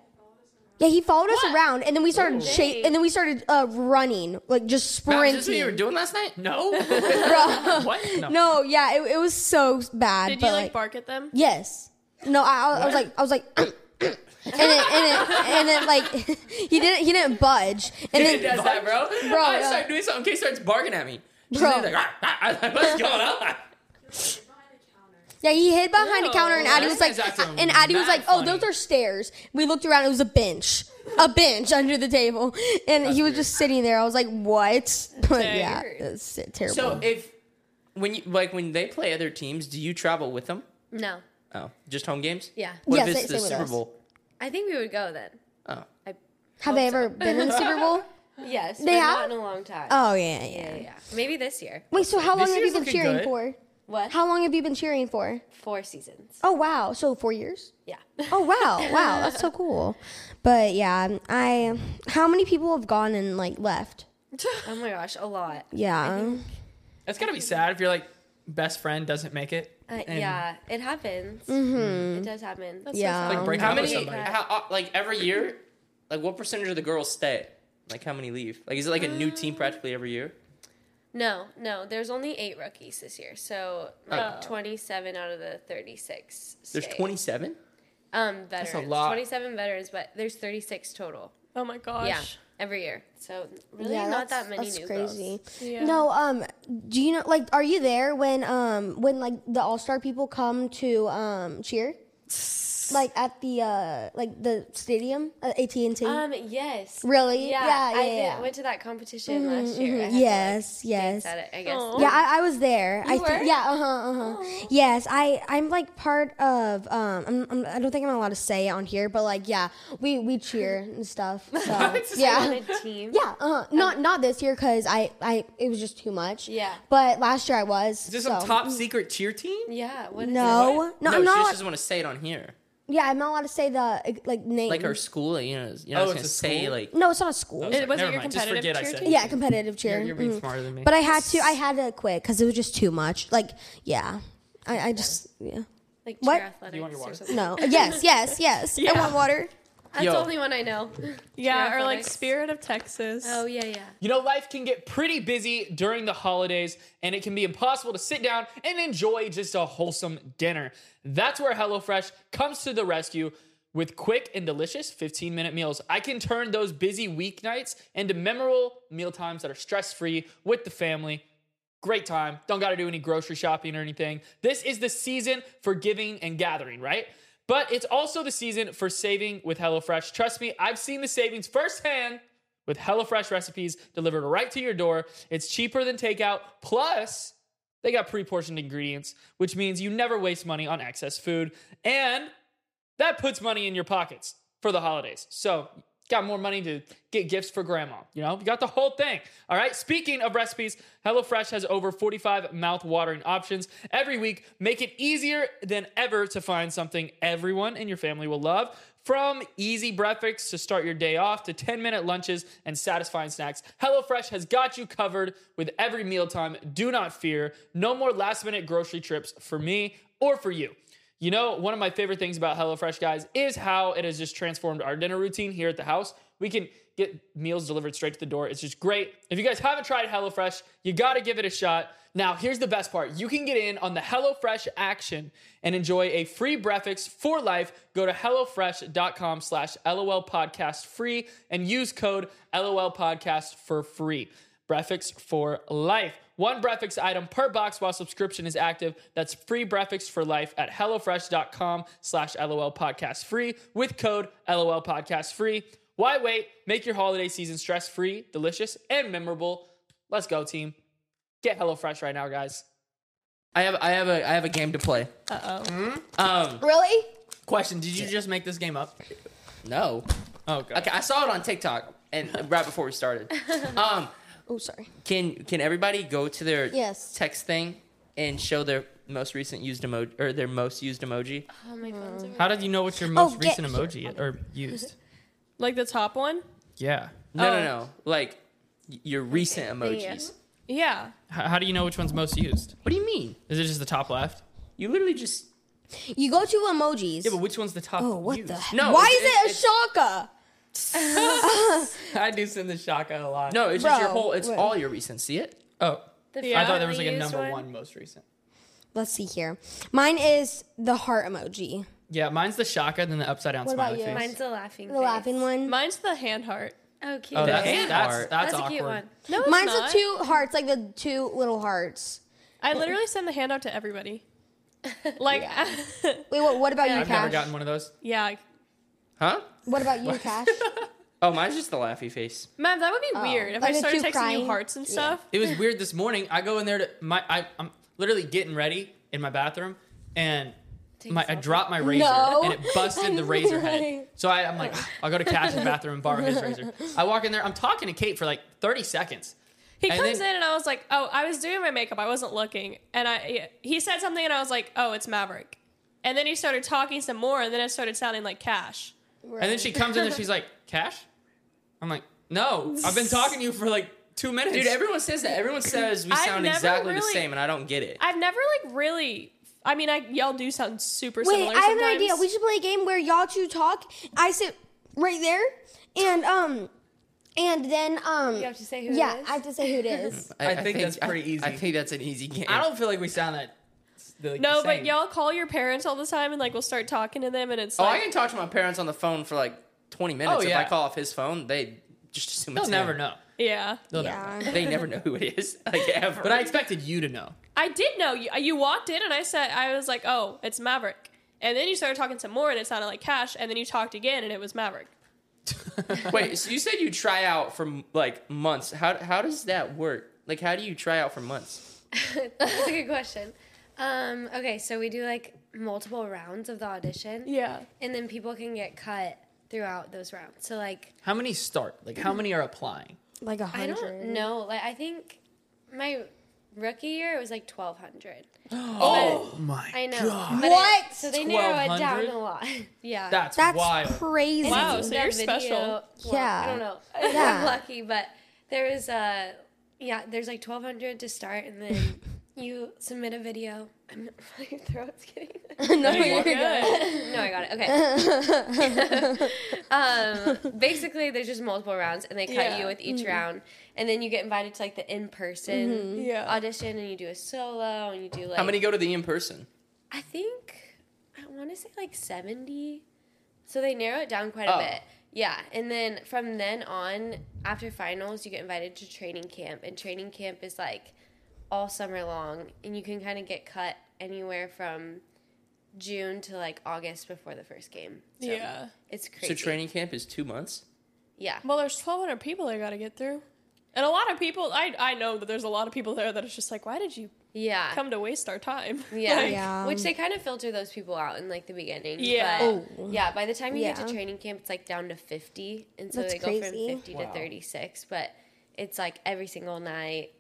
yeah he followed us around and then we started shape and then we started uh running like just
Matt, is this what you were
sprinting
doing last night?
No. What? No.
no yeah it, it was so bad
Did
but,
you like bark at them?
Yes. No, I, I was like, I was like, and then, and then, and then, like, he didn't, he didn't budge, and
He does
then,
that, bro.
Bro,
I
yeah.
start doing something. Kate starts barking at me. She's
Bro.
like, "Rah, rah, rah, what's going on?
yeah, he hid behind a counter, and Addie was like,
That's actually
and Addie was
mad
like, oh,
funny.
those are stairs. We looked around, it was a bench, a bench under the table, and he was just sitting there. I was like, what? But yeah, it's terrible.
So if when you like when they play other teams, do you travel with them?
No.
Oh, just home games?
Yeah.
What
Yeah,
if
sa-
it's the
same with
Super
us.
Bowl?
I think we would go then.
Oh.
I
Have they ever been in the Super Bowl?
Yes,
They
but
have?
not in a long time.
Oh yeah, yeah.
yeah, yeah. Maybe this year.
Wait, so how long have you
year's
been
looking
cheering
good.
for?
What?
How long have you been cheering for?
Four seasons.
Oh wow, so four years.
Yeah.
Oh wow, wow, that's so cool. But yeah, I. How many people have gone and like left?
Oh my gosh, a lot.
Yeah,
That's gotta be sad if your like best friend doesn't make it.
Uh,
and,
yeah, it happens. Mm-hmm. It does happen.
Mm-hmm. yeah.
Like break
How
up with
many?
somebody.
How, uh, like every year? Like what percentage of the girls stay? Like how many leave? Like is it like a new team practically every year?
No, no. There's only eight rookies this year, so
Oh.
like 27 out of the 36.
There's
stayed.
27.
Um, veterans.
a lot.
27 veterans, but there's 36 total.
Oh my gosh.
Yeah, every year. So really,
yeah, that's-
not that many
That's
new
crazy.
girls.
Yeah.
No, um, do you know? Like, are you there when um when like the All Star people come to um cheer? Like at the uh like the stadium at AT and
Uh,
T.
Um, yes.
Really?
Yeah,
Yeah, yeah, yeah.
I
Mm-hmm,
Did, went to that competition last year. I had to, like,
Yes, yes.
dance at it, I guess.
Aw.
Yeah, I, I was there. I
were?
think yeah, uh huh, uh huh. Yes, I I'm like part of um I'm, I'm I don't think I'm allowed to say it on here, but like yeah, we we cheer and stuff. So
On
yeah.
a team.
Yeah, uh-huh. not not this year because I, I it was just too much.
Yeah.
but last year I was.
Is this
so.
some top secret cheer team?
Yeah. What is it?
No, no,
No,
I'm not.
she just
allowed-
doesn't want to say it on here.
yeah, I'm not allowed to say the like name.
Like our school, like, you know, you know,
Oh,
I was gonna
it's a
say
school?
like
no, it's not a school.
Sorry,
was it
never
your
mind, just
competitive
forget I
cheer
said
team?
it.
yeah, competitive cheer.
You're, you're being
Mm.
smarter than me.
But I had to. I had to quit because it was just too much. Like yeah, I, I just yeah.
Like
What?
cheer athletics
You want your
or
water?
something.
No. Yes, yes, yes. I want water.
That's
Yo.
the only one I know.
Yeah,
Cheer
or like
athletics.
Spirit of Texas.
Oh yeah, yeah.
You know, life can get pretty busy during the holidays, and it can be impossible to sit down and enjoy just a wholesome dinner. That's where HelloFresh comes to the rescue with quick and delicious 15 minute meals. I can turn those busy weeknights into memorable mealtimes that are stress free with the family. Great time. Don't got to do any grocery shopping or anything. This is the season for giving and gathering, right? But it's also the season for saving with HelloFresh. Trust me, I've seen the savings firsthand with HelloFresh recipes delivered right to your door. It's cheaper than takeout. Plus, they got pre portioned ingredients, which means you never waste money on excess food. And that puts money in your pockets for the holidays. So, got more money to get gifts for grandma. You know, you got the whole thing. All right. Speaking of recipes, HelloFresh has over 45 mouth-watering options every week. Make it easier than ever to find something everyone in your family will love. From easy breakfasts to start your day off to 10 minute lunches and satisfying snacks, HelloFresh has got you covered with every mealtime. Do not fear. No more last minute grocery trips for me or for you. You know, one of my favorite things about HelloFresh, guys, is how it has just transformed our dinner routine here at the house. We can get meals delivered straight to the door. It's just great. If you guys haven't tried HelloFresh, you got to give it a shot. Now, here's the best part you can get in on the HelloFresh action and enjoy a free breakfast for life. Go to HelloFresh.com slash LOL podcast free and use code LOL podcast for free. Breakfast for life. One breakfast item per box while subscription is active. That's free breakfast for life at HelloFresh.com slash LOL podcast free with code LOL podcast free. Why wait? Make your holiday season stress free, delicious, and memorable. Let's go, team. Get HelloFresh right now, guys.
I have I have a I have a game to play.
Really?
Question Did you just make this game up?
No.
Oh, God.
Okay, I saw it on TikTok and right before we started. Um,
Oh, sorry.
can can everybody go to their
Yes.
text thing and show their most recent used emoji or their most used emoji?
Oh my phone's over.
How did you know what your
most
most
Oh, get-
recent
recent
emoji or used?
Like the top one?
Yeah.
No, no,
Oh.
no. Like y- your recent
thank you.
emojis.
Yeah.
How do you know which one's most used?
What do you mean?
Is it just the top left?
You literally just
You go to emojis.
Yeah, but which one's the top?
oh, what the?
used?
heck?
No,
Why
it-
is it,
it-
a shaka?
I do send the shotgun a lot.
no. It's just your
Bro,
whole. It's
what-
all your recent. See it?
Oh,
The
I thought
finally
there was like a
used
number one most recent.
Let's see here. Mine is the heart emoji,
Yeah, minene's the shotgun, then the upside down
What about
smiley
you?
face.
Mine's the laughing.
the laughing one.
Mine's the hand heart.
Oh, cute.
oh, that's,
The hand
that's,
heart.
that's
That's a
awkward.
cute one.
No, it's
Mine's
not.
the two hearts, like the two little hearts.
I literally send the hand out to everybody. Like,
Wait, what, what about you,
I've never
Cash?
gotten one of those.
yeah.
Huh?
What about you, Cash?
Oh, mine's just the laughy face.
Man, that would be weird if
like
I
the
started
two
texting
crying-
you hearts and
yeah.
stuff.
It was weird this morning. I go in there to my I, I'm literally getting ready in my bathroom, and my I dropped my razor
No.
and it busted the razor head. So I, I'm like, I'll go to Cash in the bathroom and borrow his razor. I walk in there, I'm talking to Kate for like 30 seconds.
He
And
comes
then-
in and I was like, "Oh, I was doing my makeup. I wasn't looking." And I he said something and I was like, "Oh, it's Maverick." And then he started talking some more and then it started sounding like Cash.
And then she comes in and she's like, Cash? I'm like, no, I've been talking to you for like two minutes.
Dude, everyone says that. Everyone says we
I've
sound
never
exactly the
really-
same, and I don't get it.
I've never like really I mean, I y'all do sound super
Wait,
similar
I have an
sometimes.
idea. We should play a game where y'all two talk. I sit right there, and um, and then um. You
have to say who it
Yeah,
is?
I have to say who it is.
I,
think that's pretty
I- I
easy.
think that's an easy game.
I don't feel like we sound that. like,
no,
the
but
same.
y'all call your parents all the time and like we'll start talking to them and it's
Oh, I
like
can talk to my parents on the phone for like 20 minutes.
Oh,
If
yeah.
I call off his phone, they just assume
They'll
it's
never
him.
know.
yeah.
They'll never
Uh,
know.
yeah.
They never know who it is, like ever.
But I expected you to know.
I did know you you walked in and I said I was like, "Oh, it's Maverick." And then you started talking some more and it sounded like Cash and then you talked again and it was Maverick.
wait. So you said you try out for like months. How how does that work? Like, how do you try out for months?
That's a good question. Um, okay, so we do like multiple rounds of the audition.
Yeah.
And then people can get cut throughout those rounds. So like
How many start? Like, how many are applying?
Like a
I
hundred.
don't know. Like I think my rookie year it was like twelve hundred.
Oh my
I know. But
What?
It, so they narrow it down
1,200?
a lot. yeah.
That's,
That's
wild.
crazy.
Wow. so
that
you're special.
well,
Yeah.
I don't know.
Yeah.
I'm lucky, but there is uh yeah, there's like twelve hundred to start and then you submit a video. I'm not my throat's getting
no, you're good.
no, I got it. Okay. um, basically, there's just multiple rounds, and they cut
Yeah. Mm-hmm.
you with each round, and then you get invited to like the in-person
Yeah.
audition, and you do a solo, and you do like
How many go to the in person?
I think I want to say like 70. So they narrow it down quite a
Oh.
bit. Yeah, and then from then on, after finals, you get invited to training camp, and training camp is like all summer long, and you can kind of get cut anywhere from June to like August before the first game. So
Yeah.
it's crazy.
So training camp is two months.
yeah.
Well, there's 1,200 people I got to get through. And a lot of people, I, I know that there's a lot of people there that are just like, why did you
Yeah.
come to waste our time?
Yeah.
Like,
Yeah.
Which they kind of filter those people out in like the beginning.
Yeah.
But,
Oh.
Yeah. By the time you
Yeah.
get to training camp, it's like down to 50. And so
That's
they go
crazy.
from 50 to 36. But it's like every single night,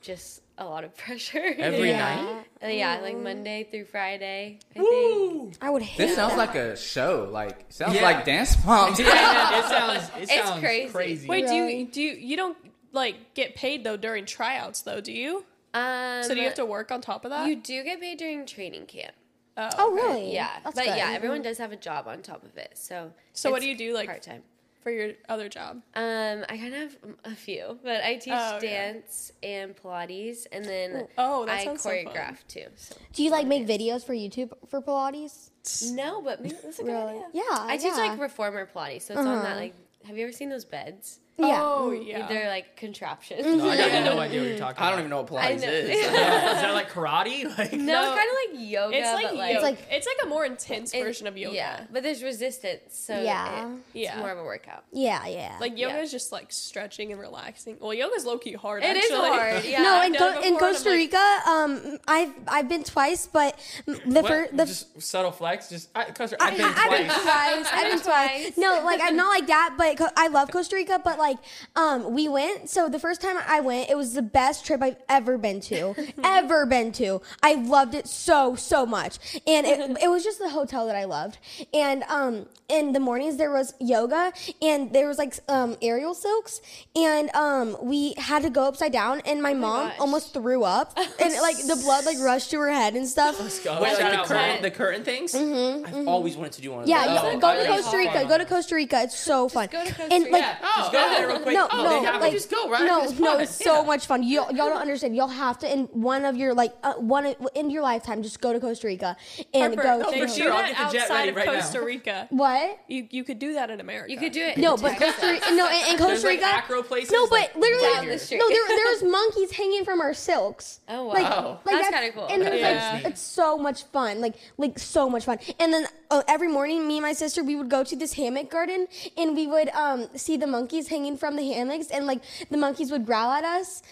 just a lot of pressure.
Every
yeah.
night.
Uh, yeah. Like
Mm.
Monday through Friday. I think.
I would hate
This sounds
that.
like a show. Like sounds
Yeah.
like dance moms.
Yeah, it sounds. It
It's
sounds
crazy.
crazy.
Wait, do
Really?
you, do you, you don't like get paid though during tryouts though, do you?
Um,
So do you have to work on top of that?
You do get paid during training camp.
Oh, really?
Yeah.
That's
but
good. Mm-hmm.
yeah, everyone does have a job on top of it. So,
So what
it's
do you do, like-
part time?
for your other job.
Um, I kind of have mm, a few, but I teach
Oh, yeah.
dance and Pilates, and then
Oh, that
I
sounds so fun.
choreograph too. So.
Do you like make videos for YouTube for Pilates?
No, but maybe that's a good idea.
Yeah,
I teach
yeah. Uh-huh.
like reformer Pilates, so it's on that. Like, have you ever seen those beds?
Yeah. Mm,
Oh, yeah.
They're like contraptions.
No, I got no idea what you're talking.
I don't
about.
even know what Pilates
know.
is.
Is that like karate? Like,
no, it's kind of like yoga.
It's like,
but,
yoga.
like
It's
It's
like
like-
a more intense
it-
version of yoga.
Yeah, but there's resistance, so
Yeah.
it- it's
Yeah.
more of a workout.
Yeah, yeah.
Like yoga is just like stretching and relaxing. Well, yoga's low key hard.
It is
actually.
hard, yeah.
no,
I've
in,
done
Co-
it
in
before, and I'm
Costa
like,
Rica, um, I've I've been twice, but m- the first the
just subtle flex. Just I, Custer,
I,
I've been
have been
twice.
twice. I've been twice. No, like I'm not like that, but co- I love Costa Rica. But like, um, we went. So the first time I went, it was the best trip I've ever been to, ever been to. I loved it so so much, and it, it was just the hotel that I loved. And um, in the mornings there was yoga, and there was like um aerial silks, and um, we had to go upside down, and Oh my mom
gosh.
almost threw up, and like the blood like rushed to her head and stuff.
Wait,
Go, Oh, shout
like the
out,
curtain,
Ryan.
the curtain things. I've always wanted to do one of
Yeah,
those.
yeah, go to
really
Costa Rica.
hard.
Go to Costa Rica. It's so fun.
go to Costa
and like,
Rica.
Oh, just go there real quick.
no,
oh,
no,
they have
like,
it. Just go, right?
no,
It's
no,
fun.
it's so
Yeah.
much fun. Y'all, y'all don't understand. Y'all have to in one of your like uh, one of- in your lifetime just go to Costa Rica and
Harper,
go.
they
for
do
sure. I'll
that
get the jet
outside
ready
of
right now.
Costa Rica.
What?
You you could do that in America.
You could do it.
No,
in
but
Texas.
Costa Rica, no, in, in Costa
There's, like,
Rica,
acro places,
no, but
like,
literally,
down the street.
no, there, there was monkeys hanging from our silks.
Oh, wow.
Like,
That's kinda cool.
And there's
Yeah.
like, it's so much fun, like, like so much fun. And then uh, every morning, me and my sister, we would go to this hammock garden and we would um, see the monkeys hanging from the hammocks and like the monkeys would growl at us.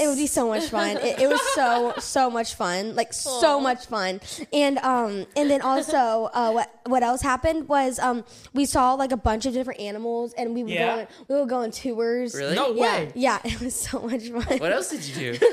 It would be so much fun. It, it was so so much fun, like so much fun. And um, and then also uh, what what else happened was um, we saw like a bunch of different animals and we would
Yeah.
go on, we would go on tours.
Really?
No
Yeah,
way.
yeah, it was so much fun.
What else did you do?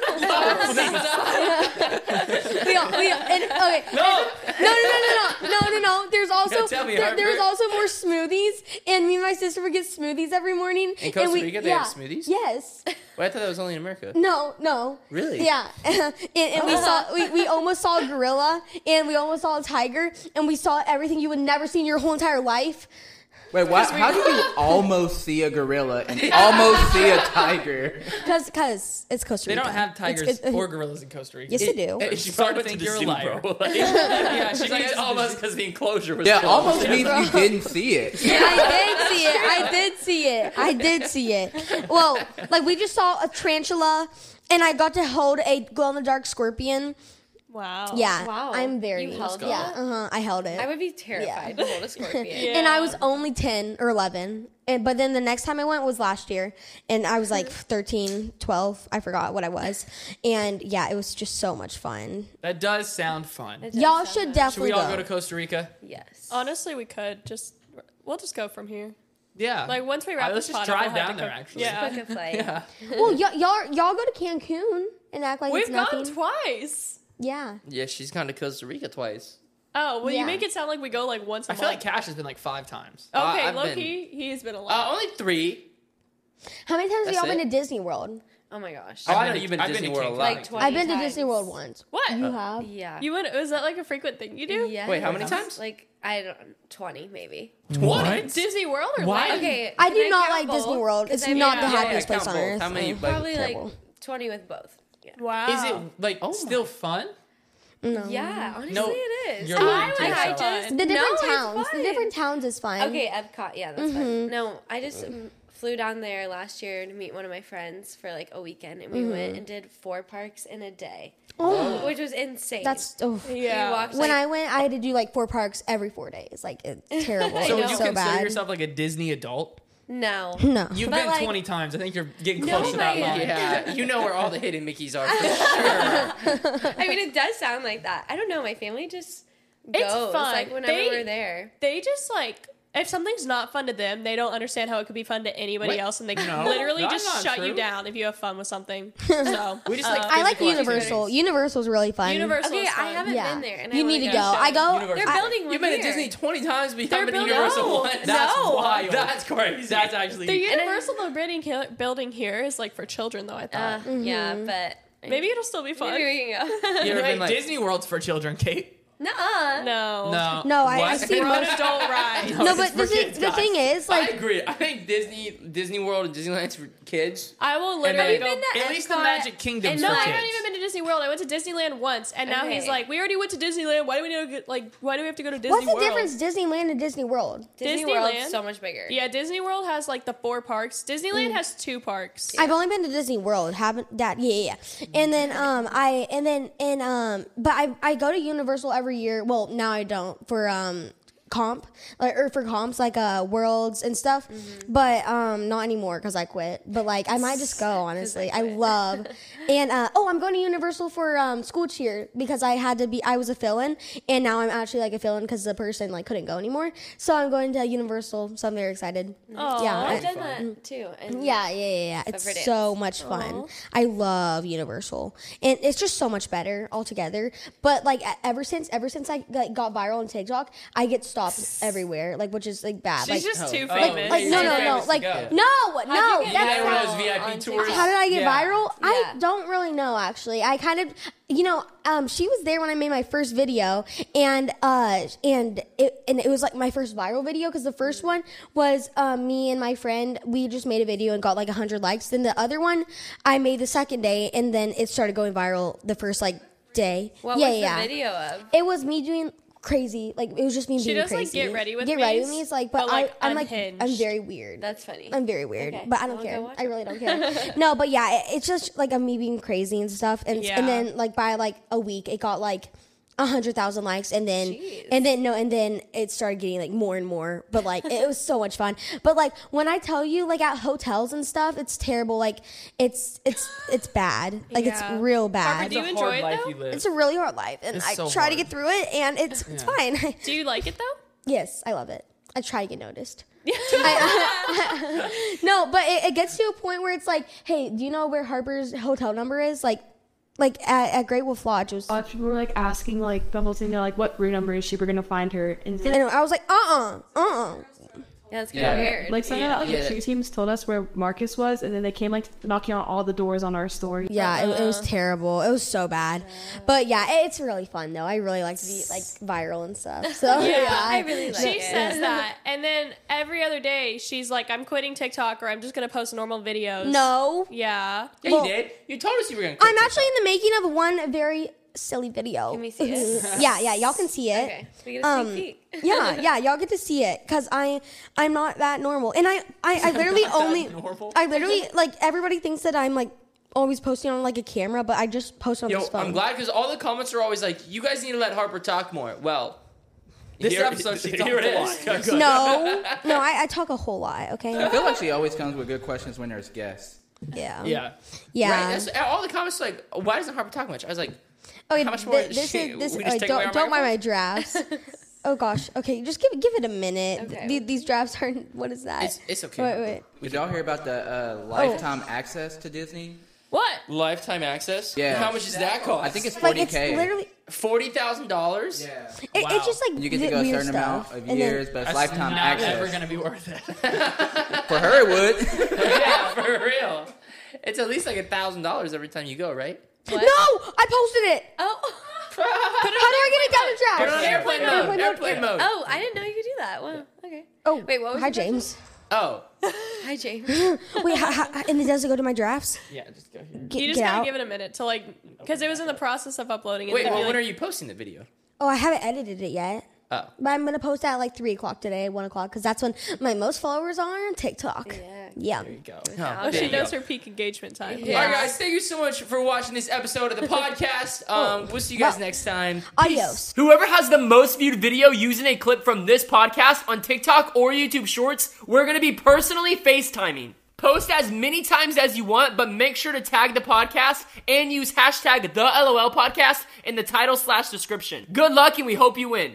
we all, we all, and, okay.
Oh.
No.
No, no, no, no, no, no, no, no. There's also
tell me,
there, there was
Harper.
also more smoothies, and me and my sister would get smoothies every morning.
In Costa
and we,
Rica, they have smoothies?
Yes.
Well, I thought that was only in America.
No, no.
Really?
Yeah. and and we saw we, we almost saw a gorilla, and we almost saw a tiger, and we saw everything you would never see in your whole entire life.
Wait, why, how do you almost see a gorilla and almost see a tiger?
Cause, cause it's Costa
They
Rica.
don't have
It's-
tigers
it's-
or gorillas in Costa Rica.
Yes, they do.
Hey,
She
probably
probably
went
think
to
you're a
the zoo,
liar.
bro.
yeah, she
It's
thinks
almost
almost.
because the enclosure was
Yeah,
closed.
almost means you didn't see it.
I did see it. I did see it. I did see it. Well, like we just saw a tarantula, and I got to hold a glow in the dark scorpion.
Wow.
Yeah,
Oh, Wow.
I'm very
You held
yeah.
it?
Uh-huh, I held it,
I would be terrified to hold a scorpion.
and I was only ten or eleven. And but then the next time I went was last year, and I was like
Mm-hmm.
13, 12. I forgot what I was, and yeah, it was just so much fun.
That does sound fun.
Y'all should
Should
definitely
we all
go.
go to Costa Rica?
Yes.
Honestly, we could just we'll just go from here.
Yeah.
Like once we wrap
Alright,
this
Uh, let's just
pod
drive
up, we'll have
down
to
there.
go-
Actually,
Yeah.
Book a flight.
Yeah.
well, y'all, y'all y'all go to Cancun and act like
We've
it's nothing.
gone twice.
yeah.
Yeah, she's gone to Costa Rica twice.
Oh, well,
Yeah.
you make it sound like we go like once a
I feel like
month.
Cash has been like five times.
Uh,
okay,
I've
Loki, he's been a
Uh,
lot.
only three.
How many times have
That's
y'all been
it?
to Disney World?
Oh my gosh.
I
I've
know
been-
you've been
I've
to Disney
been to
World a
Cancun.
lot.
like 20
I've been to
times.
Disney World once.
what?
You have?
Yeah.
You went? Was that like a frequent thing you do?
yeah.
Wait, how many times?
Like I don't 20 maybe.
What?
Disney World or
Why?
Like,
Okay.
I
can
do not
count
like
both?
Disney World.
'Cause
It's
I mean,
not the
yeah,
happiest
yeah,
place on
count both.
earth.
How many?
Uh,
Like,
Probably
Terrible.
like 20 with both. Yeah.
Wow.
Is it like
Oh
still fun?
Yeah, honestly
No,
it is.
you're
I
lying to
would- I
yourself.
just
The different
No, it's
towns. The
fun.
different towns is fine.
Okay, Epcot. Yeah, that's
Mm-hmm.
fine. No, I just um, flew down there last year to meet one of my friends for like a weekend, and we went and did four parks in a day,
Mm-hmm. Oh,
which was insane.
that's oh.
We
Yeah.
walked,
When
like-
I went, I had to do like four parks every four days. Like it's terrible.
So
it's
you
so
consider
bad.
yourself like a Disney adult?
no,
no.
You've
But,
been
like-
20 times. I think you're getting
No,
close to that
my-
line.
Yeah, you know where all the hidden Mickeys are. For sure.
I mean it does sound like that. I don't know. My family just goes
It's fun.
like whenever
They-
we're there.
They just like if something's not fun to them, they don't understand how it could be fun to anybody
What?
else, and they
No.
literally
That's
just
not
shut you
true.
down if you have fun with something. So
We just like.
I like
physical
Universal.
activities.
Universal's really fun.
Universal.
Okay,
is fun.
I haven't
Yeah.
been there, and I
You
wanna
need to
go.
go. I go.
Universal.
They're building one.
You've been to
here.
Disney twenty times, but you
They're
haven't been to
building-
Universal
No.
once.
That's
No.
wild.
That's crazy.
That's actually.
The
And I-
Universal building here, building here is like for children, though. I
Uh,
thought
Yeah,
Mm-hmm.
but
maybe it'll still be fun.
maybe we can go.
you ever
Right,
been like, Disney World's for children, Kate?
Nuh-uh.
No,
No.
No, I- I
What?
see most-
don't ride.
no,
it's
but
for
the thing,
kids,
the
guys.
thing is,
I
like,
agree. I think Disney, Disney World, and Disneyland's for kids.
I will
And
literally
then-
go.
been to
at least the
Epcot
Magic Kingdom's
and
No,
for
I
kids.
haven't even been to Disney World. I went to Disneyland once, and now he's
Okay.
like, "We already went to Disneyland. Why do we need to get, like? Why do we have to go to Disney
what's the
World?"
difference Disneyland and Disney World?
Disney
Disneyland?
World's so much bigger.
Yeah, Disney World has like the four parks. Disneyland
Mm.
has two parks.
I've only been to Disney World. Haven't that? Yeah, yeah. yeah. And then um, I and then and um, but I I go to Universal every year. Well, now I don't for um comp like or for comps like uh worlds and stuff. But um, not anymore because I quit. But like I might just go honestly. I, love and uh oh, I'm going to Universal for um school cheer because I had to be I was a fill-in and now I'm actually like a fill-in because the person like couldn't go anymore. So I'm going to Universal. So I'm very excited. Yeah, I-
I've done that too. And
Mm. yeah, yeah, yeah, yeah. It's
Favorite
so much fun. I love Universal, and it's just so much better altogether. But like e- ever since, ever since I like, got viral on TikTok, I get stopped everywhere, like which is like bad. like,
She's just too
oh.
famous.
like no,
You're
no,
famous
no,
to
like
go.
no, no.
get
That's not-
viral
One of those VIP
on
tours.
how did I get
Yeah.
viral? I
Yeah.
don't really know actually. I kind of, you know, um, she was there when I made my first video, and uh, and it and it was like my first viral video because the first one was uh, me and my friend. We just made a video and got like hundred likes. Then the other one I made the second day, and then it started going viral the first like day.
What was the video of?
It was me doing. Crazy, like it was just me
She
being
does, like,
crazy.
Get Ready With
get ready
Me's,
with me. It's like, but,
but, like,
I, I'm like, I'm
unhinged.
very weird.
That's funny.
I'm very weird,
Okay,
but I don't
I'll go
care.
watch
I
it.
really don't care. no, but yeah, it, it's just like a me being crazy and stuff. And,
Yeah.
and then like by like a week, it got like a hundred thousand likes, and then and then no, and then it started getting like more and more. But like it was so much fun. But like when I tell you, like at hotels and stuff, it's terrible. Like it's it's it's bad. Like
Yeah.
it's real
Harper,
bad.
do you enjoy
hard
it
life
though?
you live.
it's a really hard life, and
It's
I
so
try to
hard.
get through it, and it's it's fine.
Do you like it though?
Yes, I love it. I try to get noticed. I- no, but it, it gets to a point where it's like, hey, do you know where Harper's hotel number is? Like, like at, at Great Wolf Lodge. It was,
lot of people were like asking like the whole thing. They're like, "What room number is she? We're gonna find her." And
and I was like, uh, uh-uh, uh, uh
Yeah, that's kind of
Yeah.
weird.
like some of the
Yeah.
like, cheer teams told us where Marcus was, and then they came like knocking on all the doors on our story.
Yeah, it, it was
Uh-huh.
terrible. It was so bad. But yeah, it- it's really fun though. I really like to be like viral and stuff. So yeah, I really
like
She says that, and then every other day she's like, "I'm quitting TikTok, or I'm just gonna post normal videos."
No,
Yeah.
Yeah,
Well-
you did. You told us you were gonna. quit
I'm
TikTok.
actually in the making of one very silly video.
Can we see it?
yeah, yeah, y'all can see it.
Okay, we get a
Mm-hmm. Um,
sneak peek.
yeah, yeah, y'all get to see it because I I'm not that normal, and I I, I literally only
normal?
I literally like everybody thinks that I'm like always posting on like a camera, but I just post on
Yo,
this phone.
I'm glad because all the comments are always like, "You guys need to let Harper talk more." Well,
This
here,
episode, she
here
talked
it
a
is.
lot.
No, no, I, I talk a whole lot. Okay,
I feel like she always comes with good questions when there's guests.
yeah,
Yeah.
yeah.
Right? That's, all the comments are like, "Why doesn't Harper talk much?" I was like,
okay,
how much
th-
more
this
shit,
is this.
we just
Like,
take away
don't
our
don't mind my drafts. oh gosh, okay, just give give it a minute. Th-
Okay.
these drafts aren't. What is that?
"It's, it's okay."
Wait, wait.
Did y'all hear about the uh, lifetime access to Disney?
What?
Lifetime access.
Yeah.
How much does that cost?
I think it's
Like
forty
it's
k.
literally
forty thousand dollars.
Yeah.
it, it's just like
You get to
th-
go a
weird
certain
stuff.
amount of
and then-
years, but it's
That's
lifetime
not
access.
ever gonna be worth it.
For her, it would.
yeah, for real. It's at least like a thousand dollars every time you go, right?
No, I posted it.
Oh,
How do I get it down the
Put it on
draft?
airplane mode. Airplane mode.
oh, I didn't know you could do that. Wow. Okay.
Oh,
Wait, what was
hi
the question?
James?
Oh,
Hi, James.
Wait, ha, ha, and it doesn't go to my drafts.
yeah, just go here.
Get,
You just
get
gotta
out.
give it a minute to like, because it was in the process of uploading.
wait.
it
Well, when are you posting the video?
oh, I haven't edited it yet.
Oh.
But I'm gonna post that at like three o'clock today, one o'clock, because that's when my most followers are on TikTok.
Yeah.
Yeah.
Go.
Oh,
Oh, she
there you
knows
go.
her peak engagement time.
All right, guys. Thank you so much for watching this episode of the podcast. Um, we'll see you guys
Well-
next time.
Adios.
Whoever has the most viewed video using a clip from this podcast on TikTok or YouTube Shorts, we're going to be personally FaceTiming. Post as many times as you want, but make sure to tag the podcast and use hashtag the LOL podcast in the title slash description. Good luck and we hope you win.